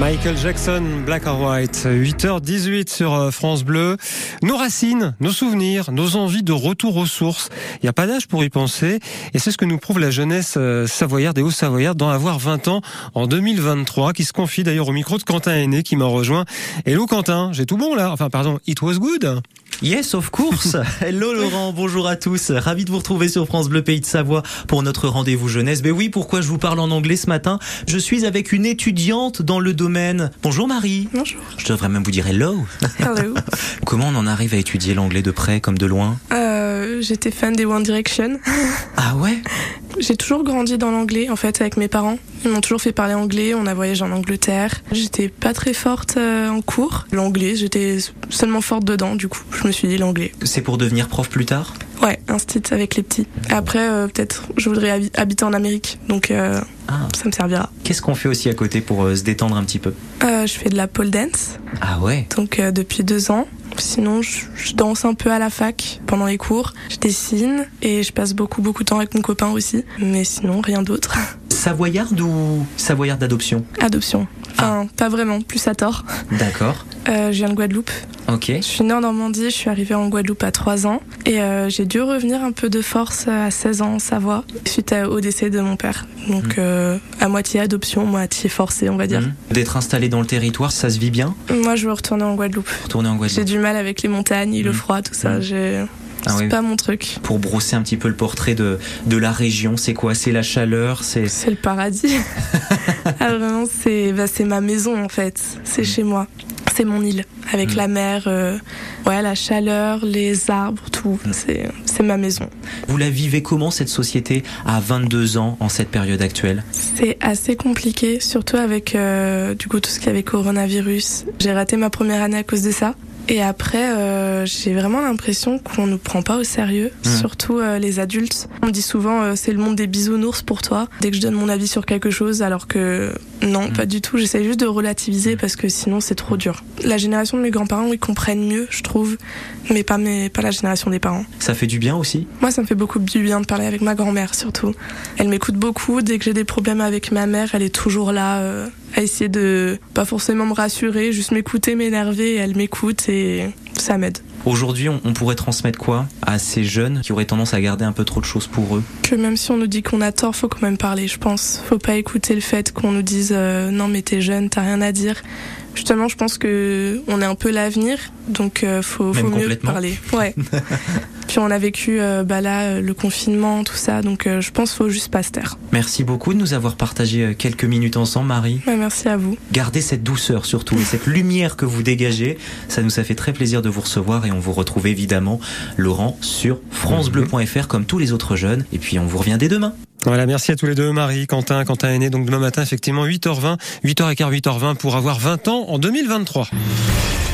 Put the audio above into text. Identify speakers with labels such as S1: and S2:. S1: Michael Jackson, Black or White, 8h18 sur euh, France Bleu. Nos racines, nos souvenirs, nos envies de retour aux sources. Il n'y a pas d'âge pour y penser. Et c'est ce que nous prouve la jeunesse euh, savoyarde et haut-savoyarde d'en avoir 20 ans en 2023, qui se confie d'ailleurs au micro de Quentin Aîné qui m'a rejoint. Hello Quentin, j'ai tout bon là. Enfin, pardon, it was good.
S2: Yes, of course. Hello Laurent, bonjour à tous. Ravi de vous retrouver sur France Bleu Pays de Savoie pour notre rendez-vous jeunesse. Mais oui, pourquoi je vous parle en anglais ce matin Je suis avec une étudiante dans le domaine. Bonjour Marie.
S3: Bonjour.
S2: Je devrais même vous dire hello.
S3: Hello.
S2: Comment on en arrive à étudier l'anglais de près comme de loin
S3: Euh, J'étais fan des One Direction.
S2: Ah ouais
S3: J'ai toujours grandi dans l'anglais en fait avec mes parents. Ils m'ont toujours fait parler anglais. On a voyagé en Angleterre. J'étais pas très forte euh, en cours. L'anglais, j'étais seulement forte dedans. Du coup, je me suis dit l'anglais.
S2: C'est pour devenir prof plus tard
S3: Ouais, instit avec les petits. Après, euh, peut-être, je voudrais habi- habiter en Amérique. Donc, euh,
S2: Ah.
S3: ça me servira.
S2: Qu'est-ce qu'on fait aussi à côté pour euh, se détendre un petit peu
S3: Euh, je fais de la pole dance.
S2: Ah ouais
S3: Donc, euh, depuis deux ans. Sinon, je, je danse un peu à la fac pendant les cours. Je dessine et je passe beaucoup, beaucoup de temps avec mon copain aussi. Mais sinon, rien d'autre.
S2: Savoyarde ou Savoyarde d'adoption
S3: Adoption. Enfin,
S2: Ah.
S3: pas vraiment, plus à tort.
S2: D'accord.
S3: Euh, je viens de Guadeloupe.
S2: Ok.
S3: Je suis née en Normandie, je suis arrivée en Guadeloupe à 3 ans. Et euh, j'ai dû revenir un peu de force euh, à 16 ans en Savoie, suite à- au décès de mon père. Donc,
S2: Mhm.
S3: euh, à moitié adoption, moitié forcée, on va dire.
S2: Mhm. D'être installé dans le territoire, ça se vit bien
S3: Moi, je veux retourner en Guadeloupe.
S2: Retourner en
S3: J'ai
S2: Guadeloupe.
S3: du mal avec les montagnes, le
S2: Mhm.
S3: froid, tout ça.
S2: Mhm.
S3: j'ai-
S2: Ah
S3: C'est
S2: oui.
S3: pas mon truc.
S2: Pour brosser un petit peu le portrait de, de la région, c'est quoi C'est la chaleur, c'est
S3: C'est le paradis. ah, vraiment, c'est bah, c'est ma maison en fait. C'est
S2: Mm.
S3: chez moi. C'est mon île. Avec
S2: Mm.
S3: la mer, euh, ouais, la chaleur, les arbres, tout.
S2: Mm.
S3: C'est c'est ma maison.
S2: Vous la vivez comment cette société à 22 ans en cette période actuelle
S3: C'est assez compliqué, surtout avec euh, du coup tout ce qu'il y avait coronavirus. J'ai raté ma première année à cause de ça. Et après, euh, j'ai vraiment l'impression qu'on nous prend pas au sérieux,
S2: Mm.
S3: surtout euh, les adultes. On me dit souvent euh, c'est le monde des bisounours pour toi. Dès que je donne mon avis sur quelque chose, alors que non,
S2: Mm.
S3: pas du tout. J'essaie juste de relativiser parce que sinon c'est trop dur. La génération de mes grands-parents, ils comprennent mieux, je trouve, mais pas mes, pas la génération des parents.
S2: Ça fait du bien aussi
S3: Moi, ça me fait beaucoup du bien de parler avec ma grand-mère, surtout. Elle m'écoute beaucoup. Dès que j'ai des problèmes avec ma mère, elle est toujours là euh, à essayer de pas forcément me rassurer, juste m'écouter, m'énerver. Elle m'écoute et ça m'aide.
S2: Aujourd'hui, on, on pourrait transmettre quoi à ces jeunes qui auraient tendance à garder un peu trop de choses pour eux
S3: Que même si on nous dit qu'on a tort, faut quand même parler, je pense. Faut pas écouter le fait qu'on nous dise euh, non mais t'es jeune, t'as rien à dire. Justement, je pense que on est un peu l'avenir, donc euh, faut,
S2: Même
S3: faut mieux
S2: complètement.
S3: parler. Ouais. Puis on a vécu euh, bah là euh, le confinement, tout ça, donc euh, je pense faut juste pas se taire.
S2: Merci beaucoup de nous avoir partagé euh, quelques minutes ensemble, Marie.
S3: Ouais, Bah, merci à vous.
S2: Gardez cette douceur surtout et cette lumière que vous dégagez. Ça nous a fait très plaisir de vous recevoir et on vous retrouve évidemment, Laurent, sur FranceBleu.fr comme tous les autres jeunes. Et puis on vous revient dès demain.
S1: Voilà, merci à tous les deux, Marie, Quentin, Quentin Aîné. Donc demain matin, effectivement, 8h20, 8h15, 8h20 pour avoir 20 ans en 2023.